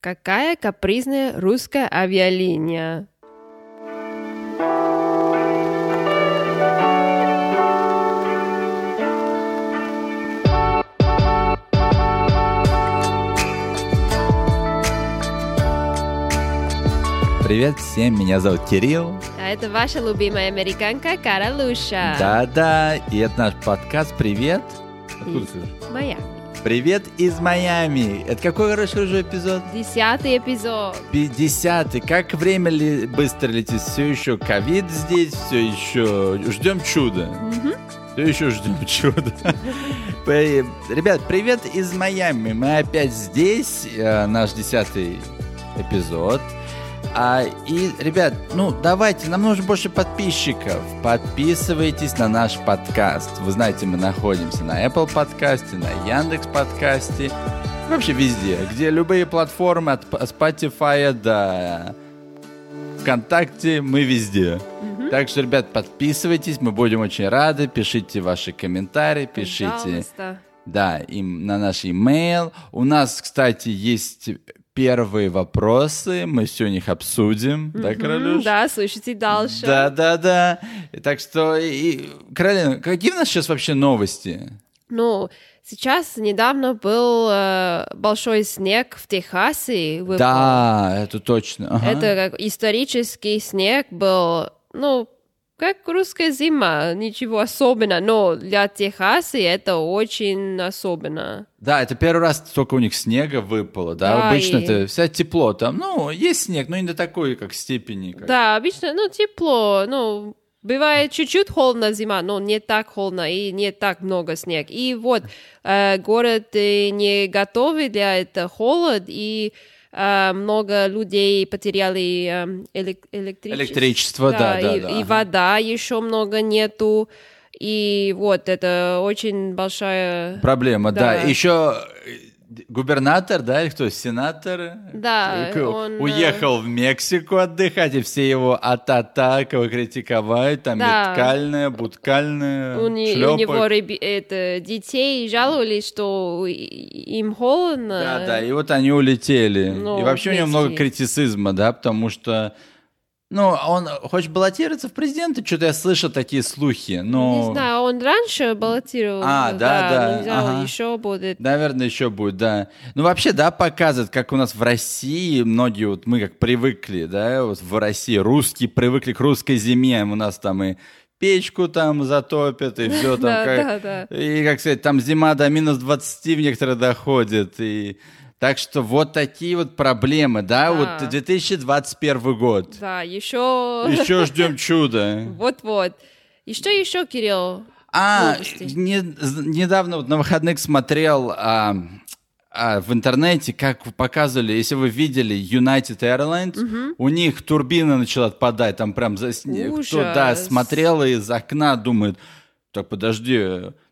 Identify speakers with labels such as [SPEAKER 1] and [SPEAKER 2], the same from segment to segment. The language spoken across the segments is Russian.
[SPEAKER 1] Какая капризная русская авиалиния.
[SPEAKER 2] Привет всем, меня зовут Кирилл.
[SPEAKER 1] А это ваша любимая американка Кара Луша.
[SPEAKER 2] Да-да, и это наш подкаст «Привет».
[SPEAKER 1] Откуда ты? Моя.
[SPEAKER 2] Привет из Майами. Это какой, короче, уже эпизод?
[SPEAKER 1] Десятый эпизод.
[SPEAKER 2] 50 Как время ли быстро летит? Все еще ковид здесь, все еще ждем чуда. Все еще ждем чуда. Э, Ребят, привет из Майами. Мы опять здесь. э, Наш десятый эпизод. А, и, ребят, ну, давайте, нам нужно больше подписчиков. Подписывайтесь на наш подкаст. Вы знаете, мы находимся на Apple подкасте, на Яндекс подкасте. Вообще везде, где любые платформы, от П- Spotify до ВКонтакте, мы везде. Так что, ребят, подписывайтесь, мы будем очень рады. Пишите ваши комментарии, пишите...
[SPEAKER 1] Пожалуйста.
[SPEAKER 2] Да, им на наш email. У нас, кстати, есть первые вопросы, мы сегодня их обсудим, да,
[SPEAKER 1] М,
[SPEAKER 2] Королюш?
[SPEAKER 1] Да, слушайте дальше.
[SPEAKER 2] Да, да, да. И Так что, и, Каролина, какие у нас сейчас вообще новости?
[SPEAKER 1] Ну, сейчас недавно был э, большой снег в Техасе. выпал.
[SPEAKER 2] Да, это точно. ага.
[SPEAKER 1] Это как исторический снег был, ну, как русская зима, ничего особенного, но для Техаса это очень особенно.
[SPEAKER 2] Да, это первый раз столько у них снега выпало, да?
[SPEAKER 1] Да,
[SPEAKER 2] Обычно
[SPEAKER 1] и-
[SPEAKER 2] это вся тепло там. Ну, есть снег, но не до такой, как степени. как-
[SPEAKER 1] Да, обычно, ну, тепло, ну, бывает чуть-чуть холодно зима, но не так холодно и не так много снег. И вот, э, город э, не готовый для этого холод, и э, много людей потеряли эм, элек- электричество.
[SPEAKER 2] Электричество, да, да, да.
[SPEAKER 1] и, и вода еще много нету. И вот, это очень большая...
[SPEAKER 2] Проблема, да.
[SPEAKER 1] Да.
[SPEAKER 2] Еще губернатор, да, или кто, сенатор?
[SPEAKER 1] Да,
[SPEAKER 2] К-
[SPEAKER 1] он, э,
[SPEAKER 2] Уехал в Мексику отдыхать, и все его ата-та кого критиковают, там
[SPEAKER 1] Да.
[SPEAKER 2] меткальное, буткальное,
[SPEAKER 1] У, не- у
[SPEAKER 2] шлёпок.
[SPEAKER 1] него реби- это, детей жаловались, что и- им холодно.
[SPEAKER 2] Да, да, и вот они улетели.
[SPEAKER 1] э, Ну,
[SPEAKER 2] и вообще у него
[SPEAKER 1] вместе.
[SPEAKER 2] много критицизма, да, потому что... Ну, он хочет баллотироваться в президенты, что-то я слышал такие слухи, но...
[SPEAKER 1] Не знаю, он раньше баллотировал.
[SPEAKER 2] А, да, да,
[SPEAKER 1] но не знаю,
[SPEAKER 2] ага.
[SPEAKER 1] еще будет.
[SPEAKER 2] Наверное, еще будет, да. Ну, вообще, да, показывает, как у нас в России многие, вот мы как привыкли, да, вот в России русские привыкли к русской зиме, у нас там и печку там затопят, и все там.
[SPEAKER 1] Да,
[SPEAKER 2] как-
[SPEAKER 1] да,
[SPEAKER 2] И, как сказать, там зима до минус 20 в некоторых доходит, и... Так что вот такие вот проблемы, да,
[SPEAKER 1] Да.
[SPEAKER 2] вот 2021 год.
[SPEAKER 1] Да, еще...
[SPEAKER 2] Еще ждем чуда.
[SPEAKER 1] Вот-вот. И что еще, Кирилл?
[SPEAKER 2] А,
[SPEAKER 1] Новости.
[SPEAKER 2] не- з- недавно вот на выходных смотрел а, а, в интернете, как показывали, если вы видели United Airlines, у них турбина начала отпадать, там прям за сне- кто да,
[SPEAKER 1] Ужас.
[SPEAKER 2] смотрел и из окна думает, так подожди,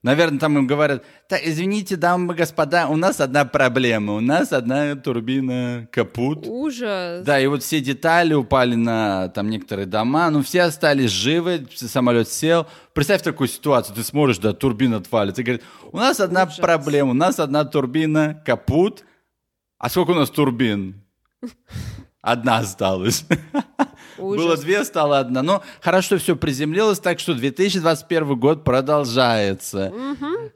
[SPEAKER 2] наверное, там им говорят, так, извините, дамы и господа, у нас одна проблема, у нас одна турбина капут.
[SPEAKER 1] Ужас.
[SPEAKER 2] Да, и вот все детали упали на там некоторые дома, но все остались живы, все- самолет сел. Представь такую ситуацию, ты смотришь, да, турбина отвалится. И говорит, у нас одна
[SPEAKER 1] Ужас.
[SPEAKER 2] проблема, у нас одна турбина, капут. А сколько у нас турбин? Одна осталась.
[SPEAKER 1] Ужас.
[SPEAKER 2] Было две, стало одна. Но хорошо все приземлилось, так что 2021 год продолжается.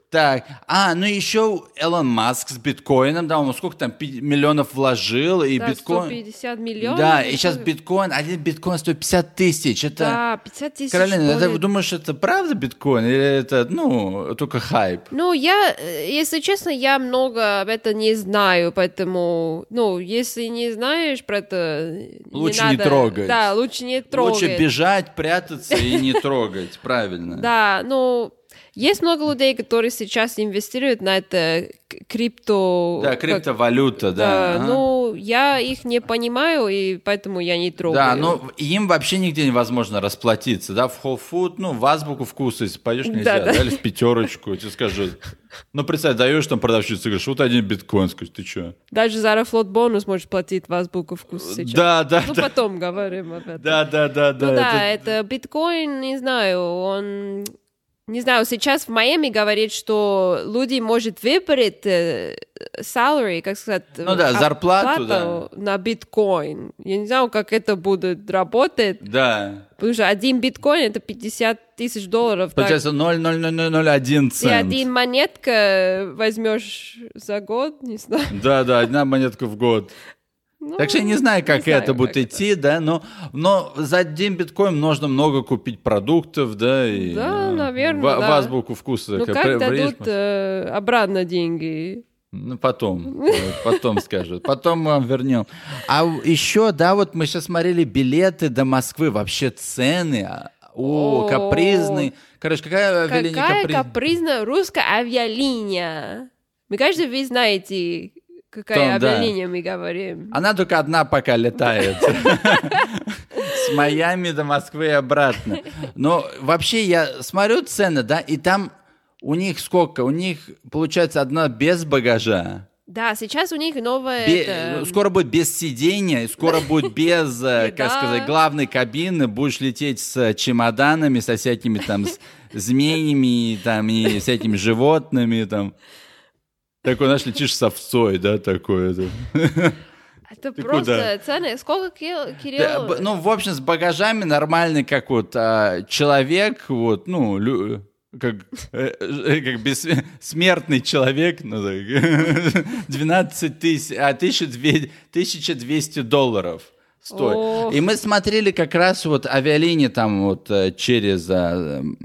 [SPEAKER 2] Так, а, ну еще Элон Маск с биткоином, да, он сколько там пи- миллионов вложил, и
[SPEAKER 1] Да,
[SPEAKER 2] биткоин...
[SPEAKER 1] 150 миллионов.
[SPEAKER 2] Да, и сейчас
[SPEAKER 1] что-
[SPEAKER 2] биткоин, один биткоин стоит 50 тысяч. Это...
[SPEAKER 1] Да, 50 тысяч.
[SPEAKER 2] Каролина, это,
[SPEAKER 1] будет.
[SPEAKER 2] думаешь, это правда биткоин или это, ну, только хайп?
[SPEAKER 1] Ну, я, э, если честно, я много об этом не знаю, поэтому, ну, если не знаешь про это,
[SPEAKER 2] Лучше
[SPEAKER 1] не,
[SPEAKER 2] не
[SPEAKER 1] надо-
[SPEAKER 2] трогать.
[SPEAKER 1] Да, лучше не трогать.
[SPEAKER 2] Лучше бежать, прятаться и не трогать, правильно.
[SPEAKER 1] Да, ну, есть много людей, которые сейчас инвестируют на это к- крипто...
[SPEAKER 2] Да,
[SPEAKER 1] как-
[SPEAKER 2] криптовалюта, да.
[SPEAKER 1] Да,
[SPEAKER 2] ага.
[SPEAKER 1] ну, я их не понимаю, и поэтому я не трогаю.
[SPEAKER 2] Да, ну, но им вообще нигде невозможно расплатиться, да, в Whole Food, ну, в азбуку вкуса, если пойдешь, нельзя,
[SPEAKER 1] Да,
[SPEAKER 2] да,
[SPEAKER 1] да.
[SPEAKER 2] или в пятерочку, тебе скажут. Ну, представь, даешь там продавщице, говоришь, вот один биткоин, скажешь, ты чё?
[SPEAKER 1] Даже за Аэрофлот бонус может платить в азбуку вкус сейчас.
[SPEAKER 2] Да, да,
[SPEAKER 1] Ну,
[SPEAKER 2] да,
[SPEAKER 1] потом говорим об этом.
[SPEAKER 2] да, да, да,
[SPEAKER 1] Ну да,
[SPEAKER 2] это-
[SPEAKER 1] это биткоин, не знаю, он не знаю, сейчас в Майами говорит, что люди может выбрать э, salary, как сказать,
[SPEAKER 2] Ну да,
[SPEAKER 1] оп-
[SPEAKER 2] зарплату,
[SPEAKER 1] плату на биткоин. Я не знаю, как это будет работать,
[SPEAKER 2] Да.
[SPEAKER 1] потому что один биткоин это 50 тысяч долларов. так.
[SPEAKER 2] Получается 0,0001
[SPEAKER 1] Ты
[SPEAKER 2] цент.
[SPEAKER 1] один монетка возьмешь за год, не знаю.
[SPEAKER 2] Да, да, одна монетка в год.
[SPEAKER 1] Ну,
[SPEAKER 2] Так что я не знаю, как
[SPEAKER 1] знаю,
[SPEAKER 2] это будет идти, да, но, но за один биткоин можно много купить продуктов, да, и
[SPEAKER 1] Да,
[SPEAKER 2] э,
[SPEAKER 1] наверно,
[SPEAKER 2] в, в
[SPEAKER 1] да.
[SPEAKER 2] азбуку вкуса.
[SPEAKER 1] Ну
[SPEAKER 2] как
[SPEAKER 1] как
[SPEAKER 2] при-
[SPEAKER 1] дадут
[SPEAKER 2] приедешь,
[SPEAKER 1] э, обратно деньги?
[SPEAKER 2] Ну, потом, э, потом скажут, потом мы вам вернем. А у- еще, да, вот мы сейчас смотрели билеты до Москвы, вообще цены, а, о,
[SPEAKER 1] О.
[SPEAKER 2] капризный. Короче, какая авиалиния
[SPEAKER 1] Какая
[SPEAKER 2] каприз-
[SPEAKER 1] капризная русская авиалиния? Мне кажется, вы знаете, какая
[SPEAKER 2] Там, да.
[SPEAKER 1] авиалиния мы говорим.
[SPEAKER 2] Она только одна пока летает. С Майами до Москвы и обратно. Но вообще я смотрю цены, да, и там у них сколько? У них, получается, одна без багажа.
[SPEAKER 1] Да, сейчас у них новая...
[SPEAKER 2] Бе-
[SPEAKER 1] это,
[SPEAKER 2] ну, Скоро будет без сидения, и скоро будет без, э, как
[SPEAKER 1] Еда.
[SPEAKER 2] сказать, главной кабины. Будешь лететь с э, чемоданами, со всякими там с- змеями и там, и всякими животными. Там. Такой, знаешь, летишь с овцой, да, такое. да.
[SPEAKER 1] это
[SPEAKER 2] ты
[SPEAKER 1] просто
[SPEAKER 2] куда?
[SPEAKER 1] цены. Сколько, Кирилл?
[SPEAKER 2] Да,
[SPEAKER 1] Кирилл?
[SPEAKER 2] б- ну, в общем, с багажами нормальный как вот а, человек, вот, ну, лю- как, э, э, как бессме- смертный человек, ну, так, 12 тысяч, а 1200 1200 долларов стоит.
[SPEAKER 1] Ох.
[SPEAKER 2] И мы смотрели как раз вот авиалинии там вот э, через а, м,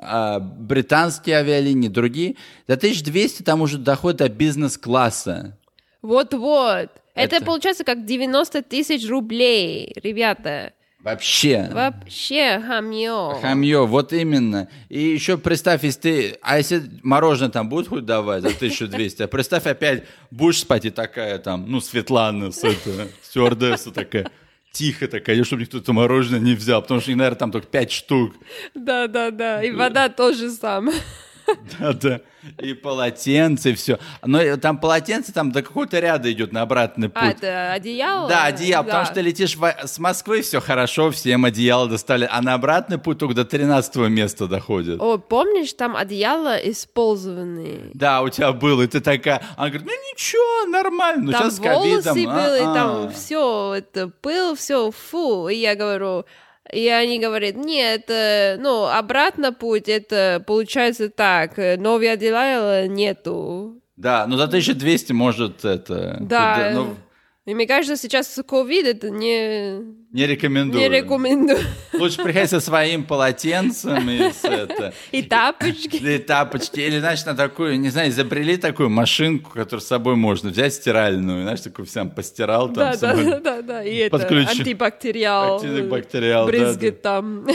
[SPEAKER 2] а, британские авиалинии, другие, за 1200 там уже доходит до бизнес-класса.
[SPEAKER 1] Вот-вот. Это...
[SPEAKER 2] Это-
[SPEAKER 1] получается как 90 тысяч рублей, ребята.
[SPEAKER 2] Вообще.
[SPEAKER 1] Вообще хамьё.
[SPEAKER 2] Хамье, вот именно. И еще представь, если ты... А если мороженое там будет хоть давать за 1200, а представь опять, будешь спать и такая там, ну, Светлана, с это, стюардесса такая, тихо такая, чтобы никто это мороженое не взял, потому что, наверное, там только 5 штук.
[SPEAKER 1] Да-да-да, и вода тоже самое.
[SPEAKER 2] Да-да. И полотенце, и все. Но э, там полотенце там до какого-то ряда идет на обратный путь.
[SPEAKER 1] А, это одеяло?
[SPEAKER 2] Да, одеяло, потому
[SPEAKER 1] Да.
[SPEAKER 2] что летишь во- с Москвы, все хорошо, всем одеяло достали, а на обратный путь только до 13 места доходит.
[SPEAKER 1] О, помнишь, там одеяло использованные.
[SPEAKER 2] Да, у тебя был, и ты такая, она говорит, ну ничего, нормально, ну
[SPEAKER 1] там
[SPEAKER 2] сейчас с
[SPEAKER 1] волосы
[SPEAKER 2] ковидом, а».
[SPEAKER 1] были,
[SPEAKER 2] а-а».
[SPEAKER 1] там все, это пыл, все, фу. И я говорю, и они говорят, нет, это, ну, обратно путь, это получается так, э, новые одеяла нету.
[SPEAKER 2] Да, ну за 1200 может это...
[SPEAKER 1] Да.
[SPEAKER 2] худо- ну,
[SPEAKER 1] И мне кажется, сейчас ковид это не,
[SPEAKER 2] не рекомендую.
[SPEAKER 1] не рекомендую.
[SPEAKER 2] Лучше приходи со своим полотенцем и с это...
[SPEAKER 1] И тапочки.
[SPEAKER 2] Или тапочки, или, знаешь, на такую, не знаю, изобрели такую машинку, которую с собой можно взять стиральную, знаешь, такую всем постирал
[SPEAKER 1] Да,
[SPEAKER 2] там с
[SPEAKER 1] да,
[SPEAKER 2] собой.
[SPEAKER 1] да, да, да. И это
[SPEAKER 2] Подключен.
[SPEAKER 1] антибактериал.
[SPEAKER 2] Антибактериал, да,
[SPEAKER 1] брызги
[SPEAKER 2] да.
[SPEAKER 1] там.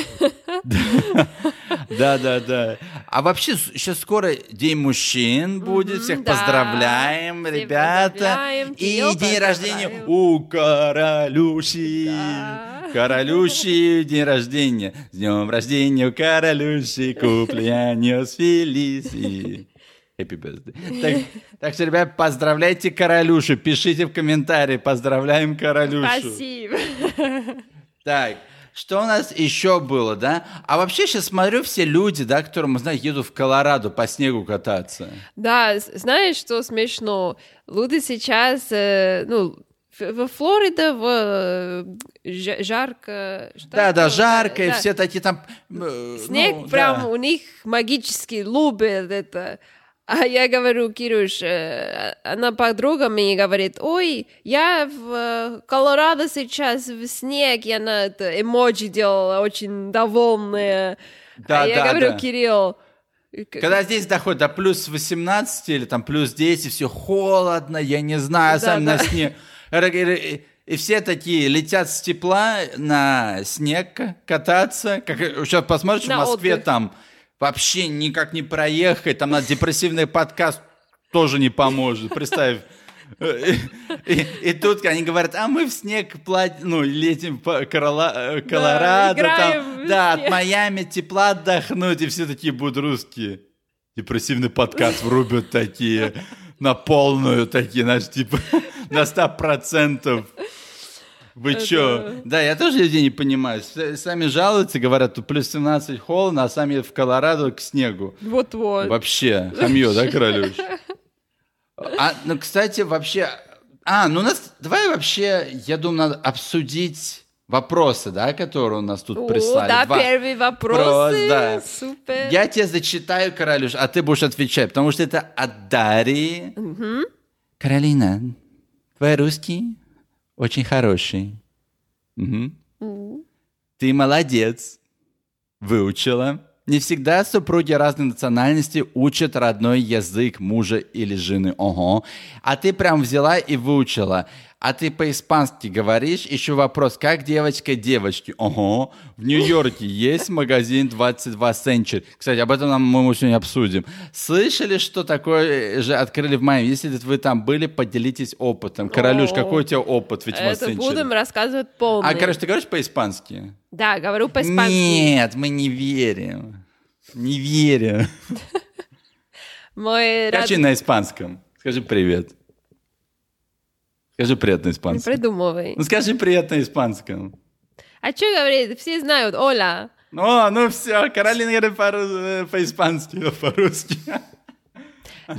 [SPEAKER 2] Да, да, да. А вообще, сейчас скоро День мужчин будет. Всех
[SPEAKER 1] да.
[SPEAKER 2] поздравляем,
[SPEAKER 1] Всех
[SPEAKER 2] ребята.
[SPEAKER 1] поздравляем,
[SPEAKER 2] И
[SPEAKER 1] Кирилл,
[SPEAKER 2] день рождения
[SPEAKER 1] поздравляем.
[SPEAKER 2] у Королюши.
[SPEAKER 1] Да.
[SPEAKER 2] Королюши, день рождения. С днем рождения у Королюши. Куплянес Фелиси. Happy birthday. Так, так что, ребят, поздравляйте Королюшу. Пишите в комментарии. Поздравляем Королюшу.
[SPEAKER 1] Спасибо.
[SPEAKER 2] Так, что у нас еще было, да? А вообще сейчас смотрю, все люди, да, которые, мы знаем, едут в Колорадо по снегу кататься.
[SPEAKER 1] Да, с- знаешь, что смешно? Люди сейчас, э, ну, в- во Флориде в э, жа- жарко. что
[SPEAKER 2] Да, да,
[SPEAKER 1] такое?
[SPEAKER 2] жарко, и
[SPEAKER 1] э, Да.
[SPEAKER 2] все такие там... э,
[SPEAKER 1] Снег
[SPEAKER 2] ну,
[SPEAKER 1] прям
[SPEAKER 2] да.
[SPEAKER 1] у них магически любит это. А я говорю, Кирюш, э, она подруга мне говорит, ой, я в э, Колорадо сейчас в снег, я на это эмоджи делала, очень довольная.
[SPEAKER 2] Да,
[SPEAKER 1] а я
[SPEAKER 2] да,
[SPEAKER 1] говорю,
[SPEAKER 2] да.
[SPEAKER 1] Кирилл, к-
[SPEAKER 2] Когда здесь доходит до плюс 18 или там плюс 10, все холодно, я не знаю, а
[SPEAKER 1] Да,
[SPEAKER 2] сам на
[SPEAKER 1] да.
[SPEAKER 2] снег. Эр- эр- э, И все такие летят с тепла на снег кататься. Как, сейчас посмотришь,
[SPEAKER 1] На
[SPEAKER 2] в Москве
[SPEAKER 1] отдых.
[SPEAKER 2] там вообще никак не проехать. Там надо депрессивный подкаст тоже не поможет. Представь. Э, И, и тут они говорят, а мы в снег платим, ну, летим по Корола- э, Колорадо,
[SPEAKER 1] играем
[SPEAKER 2] там,
[SPEAKER 1] в
[SPEAKER 2] да, от
[SPEAKER 1] снег.
[SPEAKER 2] Майами тепла отдохнуть, и все такие будут русские. Депрессивный подкаст врубят такие, на полную такие, знаешь, типа, на 100%. Вы
[SPEAKER 1] Это-
[SPEAKER 2] чё? Да, я тоже людей не понимаю. С- Сами жалуются, говорят, тут плюс 17 холодно, а сами в Колорадо к снегу.
[SPEAKER 1] Вот-вот.
[SPEAKER 2] Вообще, хамье, да, Королевич? А, ну, кстати, вообще... А, ну, у нас... Давай вообще, я думаю, надо обсудить вопросы, да, которые у нас тут
[SPEAKER 1] О,
[SPEAKER 2] прислали.
[SPEAKER 1] да,
[SPEAKER 2] Два.
[SPEAKER 1] первые
[SPEAKER 2] Вопрос,
[SPEAKER 1] вопросы.
[SPEAKER 2] да.
[SPEAKER 1] Супер.
[SPEAKER 2] Я тебе зачитаю, Королюш, а ты будешь отвечать, потому что это от Дарьи. Каролина, твой русский очень хороший. Мгм. Ты молодец. Выучила. Не всегда супруги разной национальности учат родной язык мужа или жены. Ого. А ты прям взяла и выучила. А ты по-испански говоришь? Еще вопрос, как девочка девочки? Ого. В Нью-Йорке есть магазин 22 Century. Кстати, об этом нам мы сегодня обсудим. Слышали, что такое э, же открыли в мае? Если вы там были, поделитесь опытом. Королюш,
[SPEAKER 1] О.
[SPEAKER 2] какой у тебя опыт? Ведь
[SPEAKER 1] Это будем рассказывать полный.
[SPEAKER 2] а, короче, ты говоришь по-испански?
[SPEAKER 1] Да, говорю по-испански.
[SPEAKER 2] Нет, мы не верим. Не верим.
[SPEAKER 1] Мой рад-
[SPEAKER 2] Скажи на испанском. Скажи привет. Скажи привет на
[SPEAKER 1] Не
[SPEAKER 2] испанском.
[SPEAKER 1] придумывай.
[SPEAKER 2] Ну скажи привет на испанском.
[SPEAKER 1] А что говорит? Все знают. Оля.
[SPEAKER 2] О, ну все, Каролина говорит по-ру- по-испански, ну, по-русски.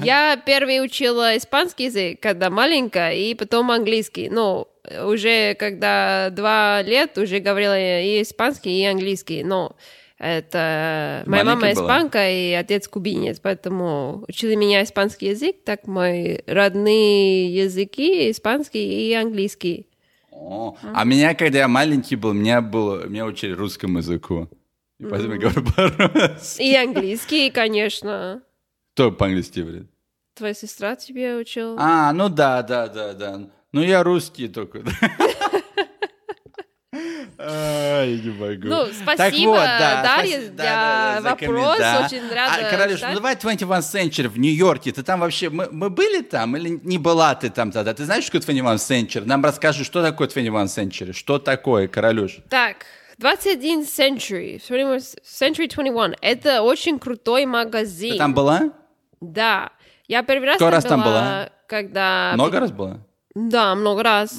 [SPEAKER 1] Я первый учила испанский язык, когда маленькая, и потом английский. Ну, уже когда два лет, уже говорила и испанский, и английский. Но это... Моя мама
[SPEAKER 2] Маленькая была?
[SPEAKER 1] испанка и отец кубинец, поэтому учили меня испанский язык, так мои родные языки испанский и английский.
[SPEAKER 2] О, А меня, когда я маленький был, меня, было, меня учили русскому языку. И поэтому я говорю по-русски.
[SPEAKER 1] И английский, конечно.
[SPEAKER 2] Кто по-английски говорит?
[SPEAKER 1] Твоя сестра тебе учила?
[SPEAKER 2] А, ну да, да, да, да. Ну я русский только. Ай, не могу.
[SPEAKER 1] Ну, спасибо, Дарья,
[SPEAKER 2] спаси-
[SPEAKER 1] для
[SPEAKER 2] да, да, за
[SPEAKER 1] вопрос.
[SPEAKER 2] комментарий.
[SPEAKER 1] Очень рада
[SPEAKER 2] А, Королюш, ну
[SPEAKER 1] стать.
[SPEAKER 2] давай 21 Century в Нью-Йорке. Ты там вообще... Мы, мы были там или не была ты там тогда? Ты знаешь, что такое 21 Century? Нам расскажи, что такое 21 Century? Что такое, Королюш?
[SPEAKER 1] Так, 21 Century, 21 Century 21, это очень крутой магазин.
[SPEAKER 2] Ты там была?
[SPEAKER 1] Да, я первый раз
[SPEAKER 2] Сколько раз там была?
[SPEAKER 1] когда...
[SPEAKER 2] Много раз была?
[SPEAKER 1] Да, много раз.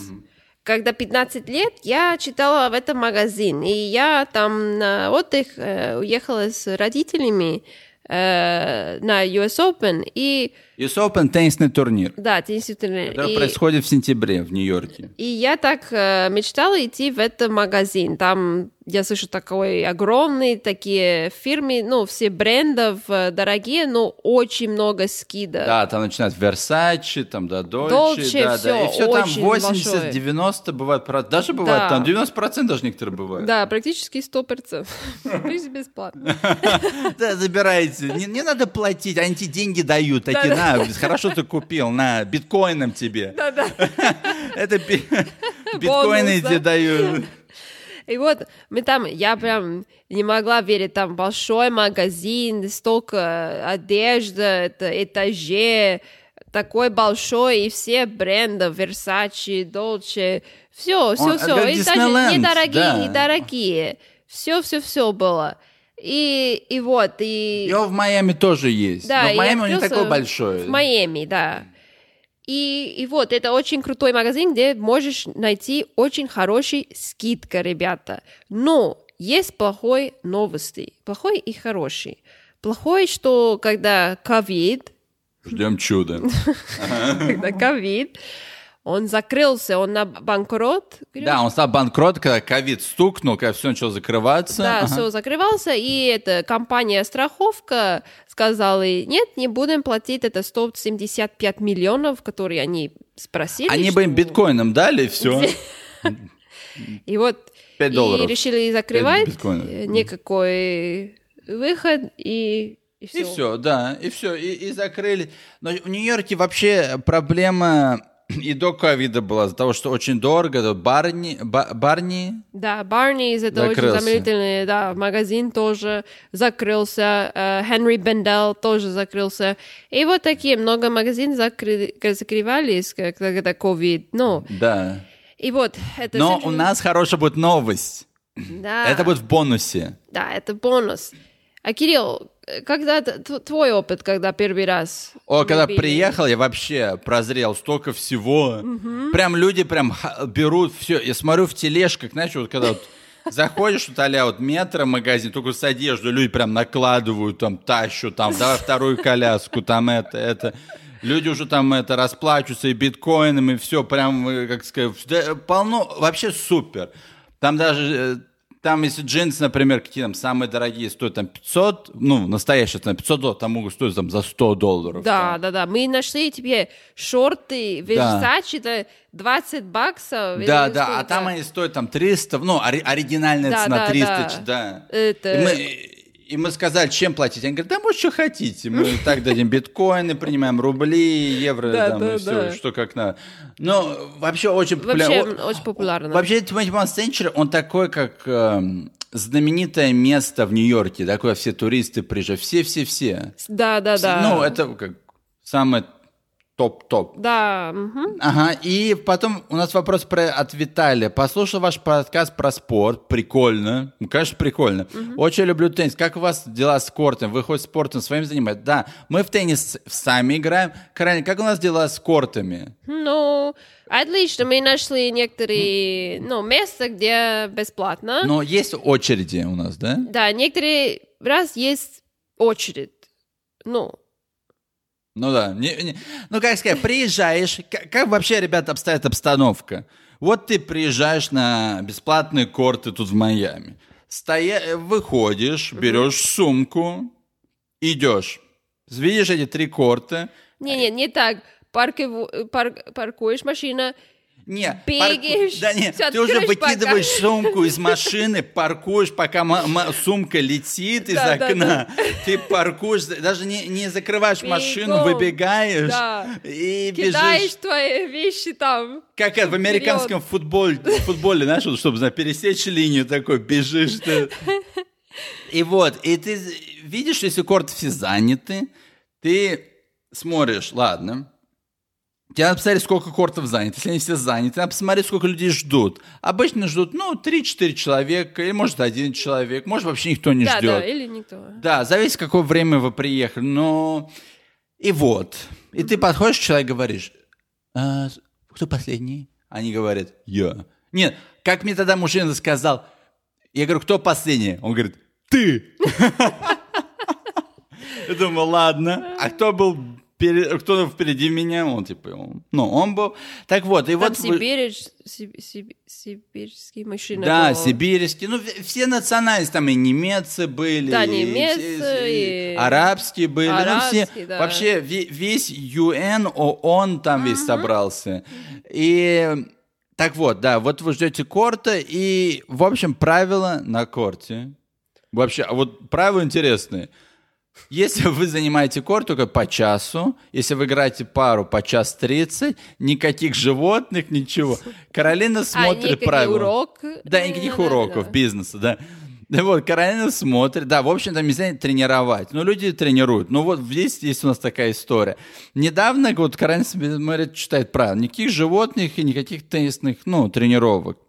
[SPEAKER 1] Когда 15 лет, я читала в этом магазин, и я там на отдых э, уехала с родителями э, на US Open, и
[SPEAKER 2] US Open теннисный турнир,
[SPEAKER 1] да, действительно,
[SPEAKER 2] который
[SPEAKER 1] и-
[SPEAKER 2] происходит в сентябре в Нью-Йорке.
[SPEAKER 1] И я так э, мечтала идти в этот магазин. Там, я слышу, такой огромный, такие фирмы, ну, все брендов э, дорогие, но очень много скидок.
[SPEAKER 2] Да, там начинают Versace, там, да, Dolce,
[SPEAKER 1] Dolce,
[SPEAKER 2] да, да. И
[SPEAKER 1] всё,
[SPEAKER 2] все там
[SPEAKER 1] очень
[SPEAKER 2] 80-90 бывает, про- даже
[SPEAKER 1] Да.
[SPEAKER 2] бывает, там 90% даже некоторые бывают.
[SPEAKER 1] Да, практически 100%. В принципе, бесплатно.
[SPEAKER 2] Да, забирайте, не, не надо платить, они тебе деньги дают, такие, на, хорошо ты купил, на, биткоином тебе.
[SPEAKER 1] Да-да.
[SPEAKER 2] Это би- биткоины
[SPEAKER 1] да.
[SPEAKER 2] тебе дают.
[SPEAKER 1] И вот мы там, я прям не могла верить, там большой магазин, столько одежды, это этажи, такой большой, и все бренды, Versace, Dolce, все, все,
[SPEAKER 2] Он-
[SPEAKER 1] все, и
[SPEAKER 2] как
[SPEAKER 1] даже
[SPEAKER 2] Диснейленд, да.
[SPEAKER 1] недорогие, недорогие, все, все, все было. И, и вот, и...
[SPEAKER 2] Его в Майами тоже есть,
[SPEAKER 1] Да,
[SPEAKER 2] но в
[SPEAKER 1] и
[SPEAKER 2] Майами он не
[SPEAKER 1] открылся
[SPEAKER 2] такой большой.
[SPEAKER 1] В Майами, да. И, и вот, это очень крутой магазин, где можешь найти очень хороший скидка, ребята. Но есть плохой новости, плохой и хороший. Плохой, что когда ковид,
[SPEAKER 2] Ждем чуда.
[SPEAKER 1] когда ковид, он закрылся, он на банкрот.
[SPEAKER 2] Да, он стал банкрот, когда ковид стукнул, когда все начало закрываться.
[SPEAKER 1] Да,
[SPEAKER 2] Ага.
[SPEAKER 1] все закрывался, и эта компания страховка сказала, нет, не будем платить это 175 миллионов, которые они спросили.
[SPEAKER 2] Они бы им
[SPEAKER 1] что-
[SPEAKER 2] биткоином дали, и все.
[SPEAKER 1] И вот
[SPEAKER 2] Пять долларов.
[SPEAKER 1] и решили закрывать,
[SPEAKER 2] Пять биткоинов.
[SPEAKER 1] э, никакой выход, и, и все.
[SPEAKER 2] И все, да, и все, и, и закрыли. Но в Нью-Йорке вообще проблема и до ковида была из-за того, что очень дорого, да, барни, ба- барни,
[SPEAKER 1] Да, Барнис, это
[SPEAKER 2] Закрылся.
[SPEAKER 1] очень замечательный, да, магазин тоже закрылся, э, Хенри Бендел тоже закрылся. И вот такие много магазин закры- закрывались, как- когда ковид, ну,
[SPEAKER 2] да.
[SPEAKER 1] и вот это...
[SPEAKER 2] Но
[SPEAKER 1] всё-
[SPEAKER 2] у нас хорошая будет новость.
[SPEAKER 1] Да,
[SPEAKER 2] Это будет в бонусе.
[SPEAKER 1] да, это бонус. А, Кирилл, когда т- т- твой опыт, когда первый раз?
[SPEAKER 2] О, когда
[SPEAKER 1] любили?
[SPEAKER 2] приехал, я вообще прозрел столько всего. Прям люди прям ха- берут все. Я смотрю в тележках, знаешь, вот когда вот заходишь, вот а вот метро магазин, только с одеждой люди прям накладывают, там тащу, там, давай вторую коляску, там это, это. Люди уже там это расплачиваются и биткоинами, и все прям, э, как сказать, да, полно, вообще супер. Там даже э, там, если джинсы, например, какие там самые дорогие, стоят там 500, ну, настоящие, там 500 долларов, там могут стоить там за 100 долларов.
[SPEAKER 1] Да, да, да. Мы нашли тебе шорты Versace, это 20 баксов.
[SPEAKER 2] там.
[SPEAKER 1] или
[SPEAKER 2] Да,
[SPEAKER 1] сколько?
[SPEAKER 2] да, а там они стоят там 300, ну, ори- оригинальная
[SPEAKER 1] Да,
[SPEAKER 2] цена
[SPEAKER 1] да,
[SPEAKER 2] 300,
[SPEAKER 1] да.
[SPEAKER 2] ч- да.
[SPEAKER 1] Это-
[SPEAKER 2] И мы, и мы сказали, чем платить? Они говорят, да мы что хотите, мы так дадим биткоины, принимаем рубли, евро,
[SPEAKER 1] Да,
[SPEAKER 2] там,
[SPEAKER 1] да,
[SPEAKER 2] и все,
[SPEAKER 1] да.
[SPEAKER 2] что как надо. Но вообще очень популя-
[SPEAKER 1] Вообще
[SPEAKER 2] о-
[SPEAKER 1] очень популярно.
[SPEAKER 2] Вообще, Тимоти Ван Сенчер, он такой, как эм, знаменитое место в Нью-Йорке, такое все туристы приезжают, все-все-все.
[SPEAKER 1] Да, да, да.
[SPEAKER 2] Ну, это как самое топ-топ.
[SPEAKER 1] Да, мгм.
[SPEAKER 2] Ага, и потом у нас вопрос про, от Виталия. Послушал ваш подкаст про спорт, прикольно. Ну, конечно, прикольно. Очень люблю теннис. Как у вас дела с кортом? Вы хоть спортом своим занимаетесь? Да, мы в теннис сами играем. Каролина, как у нас дела с кортами?
[SPEAKER 1] Ну, отлично, мы нашли некоторые, ну, места, где бесплатно.
[SPEAKER 2] Но Ну, есть очереди у нас, да?
[SPEAKER 1] Да, некоторые раз есть очередь. Ну,
[SPEAKER 2] Ну да. не- не- Ну, как сказать, приезжаешь. к- Как, вообще, ребята, обстоит обстановка? Вот ты приезжаешь на бесплатные корты тут в Майами. Стоя... Выходишь, берешь сумку, идешь. Видишь эти три корта?
[SPEAKER 1] не-не, не так. Паркиву- э, пар- паркуешь машина,
[SPEAKER 2] Не,
[SPEAKER 1] Бегаешь,
[SPEAKER 2] Да нет,
[SPEAKER 1] всё
[SPEAKER 2] ты уже
[SPEAKER 1] открываешь
[SPEAKER 2] выкидываешь сумку из машины, паркуешь, пока ма- ма- сумка летит из
[SPEAKER 1] Да, да,
[SPEAKER 2] окна. Ты паркуешь, даже не, не закрываешь машину,
[SPEAKER 1] Бегом.
[SPEAKER 2] выбегаешь
[SPEAKER 1] Да.
[SPEAKER 2] и бежишь.
[SPEAKER 1] кидаешь твои вещи там.
[SPEAKER 2] Как это в американском футболе, футболе, знаешь, вот, чтобы знаешь, пересечь линию такой, бежишь ты. И вот, и ты видишь, если корт все заняты, ты смотришь, ладно, тебе надо посмотреть, сколько кортов занято. Если они все заняты, надо посмотреть, сколько людей ждут. Обычно ждут, ну, 3-4 человека, или, может, один человек, может, вообще никто не
[SPEAKER 1] да,
[SPEAKER 2] ждет.
[SPEAKER 1] да, или никто.
[SPEAKER 2] Да, зависит, в какое время вы приехали. Но и вот. И ты подходишь, человек говоришь, «А, с- кто последний? Они говорят, я. Нет, как мне тогда мужчина сказал, я говорю, кто последний? Он говорит, ты. Я думаю, ладно. А кто был пере- кто впереди меня? Он типа, он- ну, он был. Так вот, и
[SPEAKER 1] Там
[SPEAKER 2] вот... вы-
[SPEAKER 1] сибирич, сиб- сиб- сибирский мужчина.
[SPEAKER 2] да,
[SPEAKER 1] был.
[SPEAKER 2] сибирский. Ну, в- все национальности, там и немцы были.
[SPEAKER 1] Да,
[SPEAKER 2] и
[SPEAKER 1] немцы,
[SPEAKER 2] все-
[SPEAKER 1] и-
[SPEAKER 2] Арабские были. ну, все-
[SPEAKER 1] Арабские, да.
[SPEAKER 2] Вообще ве- весь ЮН, ООН там весь собрался. И так вот, да, вот вы ждете корта, и, в общем, правила на корте. Вообще, а вот правила интересные. Если вы занимаете корт только по часу, если вы играете пару по час 30, никаких животных, ничего. Каролина
[SPEAKER 1] а,
[SPEAKER 2] смотрит
[SPEAKER 1] никаких
[SPEAKER 2] правила.
[SPEAKER 1] урок. Э,
[SPEAKER 2] Да, и никаких
[SPEAKER 1] Да, да,
[SPEAKER 2] уроков
[SPEAKER 1] да.
[SPEAKER 2] бизнеса, да. Да вот, Каролина смотрит, да, в общем-то, нельзя тренировать, но люди тренируют. Ну вот здесь есть у нас такая история. Недавно, вот Каролина смотрит, читает правила, никаких животных и никаких теннисных, ну, тренировок.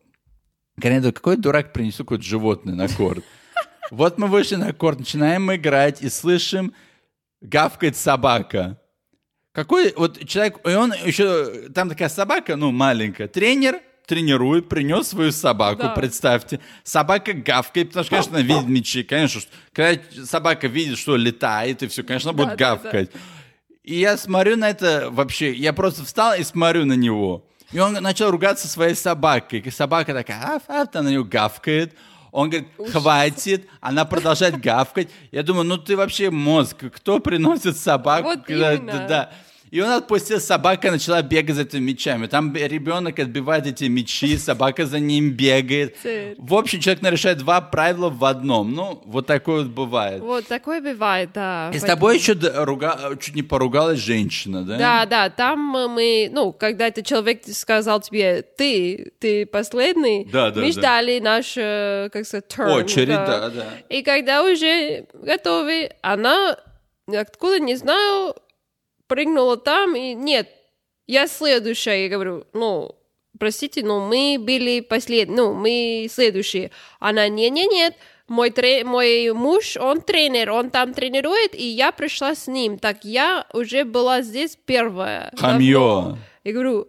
[SPEAKER 2] Каролина думает, какой дурак принесу какое-то животное на корт. Вот мы вышли на корт, начинаем играть и слышим, гавкает собака. Какой вот человек, и он еще, там такая собака, ну, маленькая, тренер тренирует, принес свою собаку,
[SPEAKER 1] Да.
[SPEAKER 2] представьте. Собака гавкает, потому что, конечно, она видит мячи, конечно, что- когда собака видит, что летает и все, конечно, она
[SPEAKER 1] Да, да,
[SPEAKER 2] будет
[SPEAKER 1] да.
[SPEAKER 2] гавкать. И я смотрю на это вообще, я просто встал и смотрю на него. И он начал ругаться своей собакой. И собака такая, аф, аф, она на него гавкает. Он говорит, хватит, она продолжает гавкать. Я думаю, ну ты вообще мозг, кто приносит собаку?
[SPEAKER 1] Вот
[SPEAKER 2] когда-
[SPEAKER 1] именно.
[SPEAKER 2] да, да. И он отпустил, собака начала бегать за этими мячами. Там б- ребенок отбивает эти мячи, собака за ним бегает.
[SPEAKER 1] Цирк.
[SPEAKER 2] В общем, человек нарушает два правила в одном. Ну, вот такое вот бывает.
[SPEAKER 1] Вот такое бывает, да.
[SPEAKER 2] И с
[SPEAKER 1] поэтому-
[SPEAKER 2] тобой еще д- руга- э, чуть не поругалась женщина, да?
[SPEAKER 1] Да, да, там э, мы, ну, когда этот человек сказал тебе, ты, ты последний,
[SPEAKER 2] Да, да,
[SPEAKER 1] мы
[SPEAKER 2] да.
[SPEAKER 1] ждали наш, э, как сказать, turn,
[SPEAKER 2] Очередь, да, да.
[SPEAKER 1] И когда уже готовы, она, откуда не знаю, прыгнула там, и нет, я следующая, я говорю, ну, простите, но мы были послед... ну, мы следующие. Она, не-не-нет, мой, тре... мой муж, он тренер, он там тренирует, и я пришла с ним. Так я уже была здесь первая.
[SPEAKER 2] Хамье.
[SPEAKER 1] Я говорю,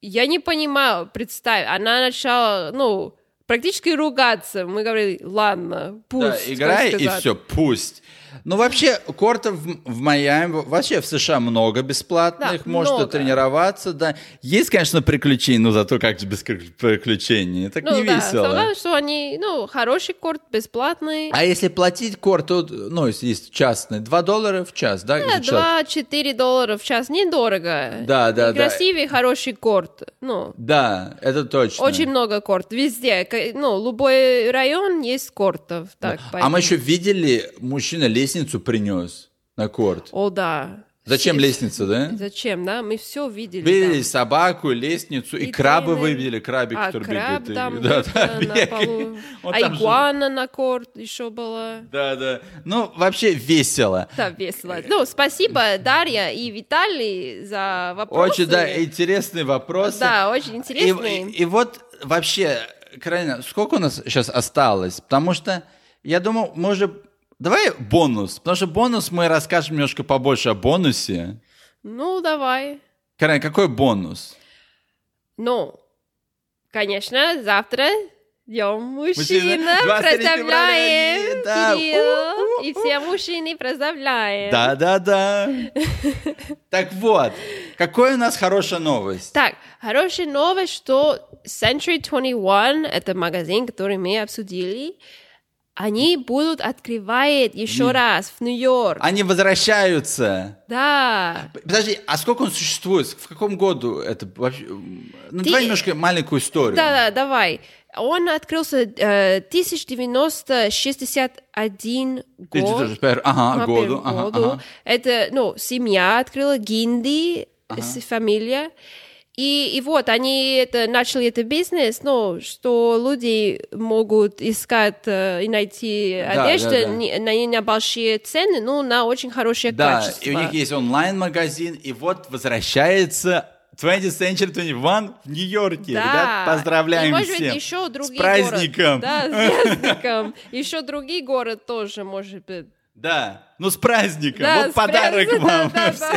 [SPEAKER 1] я не понимаю, представь, она начала, ну, практически ругаться. Мы говорили, ладно,
[SPEAKER 2] Да,
[SPEAKER 1] пусть. как
[SPEAKER 2] играй и
[SPEAKER 1] сказать».
[SPEAKER 2] все, пусть. Ну, вообще, кортов в, в Майами, вообще в США много бесплатных,
[SPEAKER 1] Да,
[SPEAKER 2] можно
[SPEAKER 1] много.
[SPEAKER 2] тренироваться, да. Есть, конечно, приключения, но зато как же без кр- приключений, так
[SPEAKER 1] Ну
[SPEAKER 2] не
[SPEAKER 1] да,
[SPEAKER 2] весело.
[SPEAKER 1] согласна, что они, ну, хороший корт, бесплатный.
[SPEAKER 2] А если платить корт, то, ну, если есть частный, 2 доллара в час,
[SPEAKER 1] Э,
[SPEAKER 2] да? за час?
[SPEAKER 1] 2-4 доллара в час, недорого.
[SPEAKER 2] Да, да,
[SPEAKER 1] И
[SPEAKER 2] да.
[SPEAKER 1] Красивый, хороший корт. Ну,
[SPEAKER 2] Да, это точно.
[SPEAKER 1] очень много корт, везде. К- Ну, любой район есть кортов. Так,
[SPEAKER 2] А
[SPEAKER 1] поэтому-
[SPEAKER 2] мы еще видели, мужчина лестницу принес на корт.
[SPEAKER 1] О, да.
[SPEAKER 2] Зачем
[SPEAKER 1] Все-
[SPEAKER 2] лестница, да?
[SPEAKER 1] Зачем, да? Мы все видели.
[SPEAKER 2] Видели
[SPEAKER 1] там.
[SPEAKER 2] собаку, лестницу, и,
[SPEAKER 1] И
[SPEAKER 2] краба
[SPEAKER 1] тренер.
[SPEAKER 2] вывели, крабик,
[SPEAKER 1] А
[SPEAKER 2] который
[SPEAKER 1] краб
[SPEAKER 2] бегает. и-
[SPEAKER 1] там
[SPEAKER 2] да,
[SPEAKER 1] где-то
[SPEAKER 2] да,
[SPEAKER 1] на
[SPEAKER 2] бегает.
[SPEAKER 1] полу.
[SPEAKER 2] Он
[SPEAKER 1] а
[SPEAKER 2] там же-
[SPEAKER 1] игуана на корт еще была.
[SPEAKER 2] Да, да. Ну, вообще весело.
[SPEAKER 1] Да, весело.
[SPEAKER 2] Э,
[SPEAKER 1] Ну, спасибо, Дарья и Виталий, за вопросы.
[SPEAKER 2] Очень, да, интересный вопрос.
[SPEAKER 1] Да, очень интересные.
[SPEAKER 2] И, и вот вообще, крайне, сколько у нас сейчас осталось? Потому что я думал, мы уже... Давай бонус, потому что бонус мы расскажем немножко побольше о бонусе.
[SPEAKER 1] Ну, давай.
[SPEAKER 2] Карен, какой бонус?
[SPEAKER 1] Ну, конечно, завтра Днем мужчина,
[SPEAKER 2] Мужчина, 23
[SPEAKER 1] представляем
[SPEAKER 2] февраля, да.
[SPEAKER 1] Кирилла, и все мужчины представляем.
[SPEAKER 2] Да-да-да. Так вот, какой у нас хорошая новость?
[SPEAKER 1] Так, хорошая новость, что Century 21, это магазин, который мы обсудили, они будут открывать еще раз в Нью-Йорк.
[SPEAKER 2] Они возвращаются.
[SPEAKER 1] Да.
[SPEAKER 2] Подожди, а сколько он существует? В каком году это вообще? Ну,
[SPEAKER 1] Ты-
[SPEAKER 2] давай немножко маленькую историю.
[SPEAKER 1] Да, да, давай. Он открылся э, 1961 год.
[SPEAKER 2] 1961, ага,
[SPEAKER 1] по
[SPEAKER 2] году.
[SPEAKER 1] первому
[SPEAKER 2] Ага,
[SPEAKER 1] году.
[SPEAKER 2] ага.
[SPEAKER 1] Это, ну, семья открыла Гинди, с- фамилия. И, и вот они это, начали этот бизнес, ну, что люди могут искать э, и найти
[SPEAKER 2] Да,
[SPEAKER 1] одежду
[SPEAKER 2] да, да.
[SPEAKER 1] не- на, не на большие цены, но на очень хорошее
[SPEAKER 2] Да,
[SPEAKER 1] качество.
[SPEAKER 2] и у них есть онлайн-магазин, и вот возвращается 20th Century 21 в Нью-Йорке.
[SPEAKER 1] Да.
[SPEAKER 2] Ребят, поздравляем
[SPEAKER 1] и, может
[SPEAKER 2] всем.
[SPEAKER 1] быть, еще другие
[SPEAKER 2] С
[SPEAKER 1] город.
[SPEAKER 2] праздником.
[SPEAKER 1] Да, с праздником. Еще другие город тоже, может быть.
[SPEAKER 2] Да, ну с праздником,
[SPEAKER 1] Да,
[SPEAKER 2] вот
[SPEAKER 1] с
[SPEAKER 2] подарок
[SPEAKER 1] пря- да,
[SPEAKER 2] вам.
[SPEAKER 1] да, да.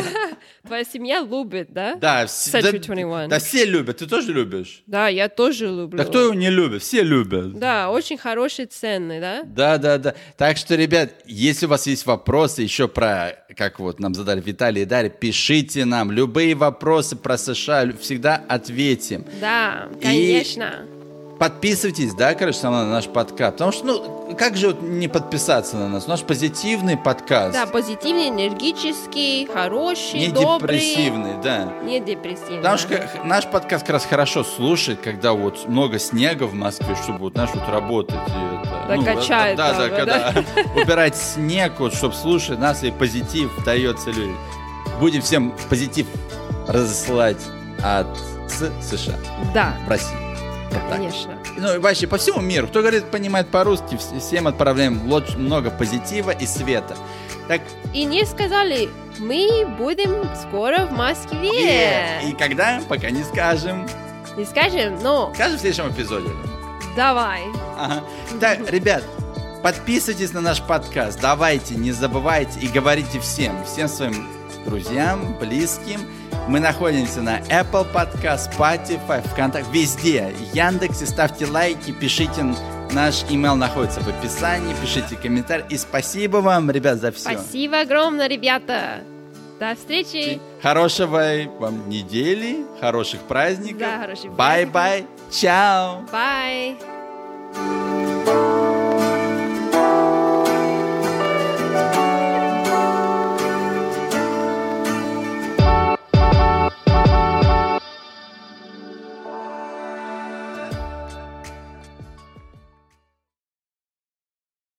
[SPEAKER 1] Твоя семья любит, да?
[SPEAKER 2] Да, вс- да,
[SPEAKER 1] Century 21.
[SPEAKER 2] да, все любят, ты тоже любишь?
[SPEAKER 1] Да, я тоже люблю.
[SPEAKER 2] Да кто его не любит? Все любят.
[SPEAKER 1] Ну Да, очень хорошие цены, да?
[SPEAKER 2] Да, да, да. Так что, ребят, если у вас есть вопросы еще про, как вот нам задали Виталий и Дарья, пишите нам. Любые вопросы про США лю- всегда ответим.
[SPEAKER 1] Да,
[SPEAKER 2] И-
[SPEAKER 1] конечно.
[SPEAKER 2] Подписывайтесь, да, короче, на наш подкаст. Потому что, ну, как же вот не подписаться на нас? У нас позитивный подкаст.
[SPEAKER 1] Да, позитивный, энергический, хороший,
[SPEAKER 2] не
[SPEAKER 1] добрый.
[SPEAKER 2] депрессивный, да.
[SPEAKER 1] Не депрессивный.
[SPEAKER 2] Потому что х- наш подкаст как раз хорошо слушает, когда вот много снега в Москве, чтобы вот, знаешь, вот работать. и это, ну,
[SPEAKER 1] Да, качает,
[SPEAKER 2] Да, да,
[SPEAKER 1] правда,
[SPEAKER 2] когда убирать снег, вот, чтобы слушать нас, и позитив дается людям. Будем всем позитив разослать от с- США,
[SPEAKER 1] Да,
[SPEAKER 2] в России. Вот так.
[SPEAKER 1] конечно.
[SPEAKER 2] Ну, и вообще, по всему миру. Кто говорит, понимает по-русски, вс- всем отправляем лот- много позитива и света. Так,
[SPEAKER 1] И не сказали, мы будем скоро в
[SPEAKER 2] и
[SPEAKER 1] Москве.
[SPEAKER 2] когда, пока не скажем.
[SPEAKER 1] И скажем, ну,
[SPEAKER 2] Скажем в следующем эпизоде.
[SPEAKER 1] давай.
[SPEAKER 2] Ага. Так, ребят, подписывайтесь на наш подкаст. Давайте, не забывайте и говорите всем, всем своим друзьям, близким. Мы находимся на Apple Podcast, Spotify, ВКонтакте, везде. Яндексе, ставьте лайки, пишите. Наш email находится в описании. Пишите комментарий. И спасибо вам, ребят, за все.
[SPEAKER 1] Спасибо огромное, ребята. До встречи.
[SPEAKER 2] Хорошего вам недели, хороших праздников.
[SPEAKER 1] Да, хороших
[SPEAKER 2] Бай-бай. Чао.
[SPEAKER 1] Bye.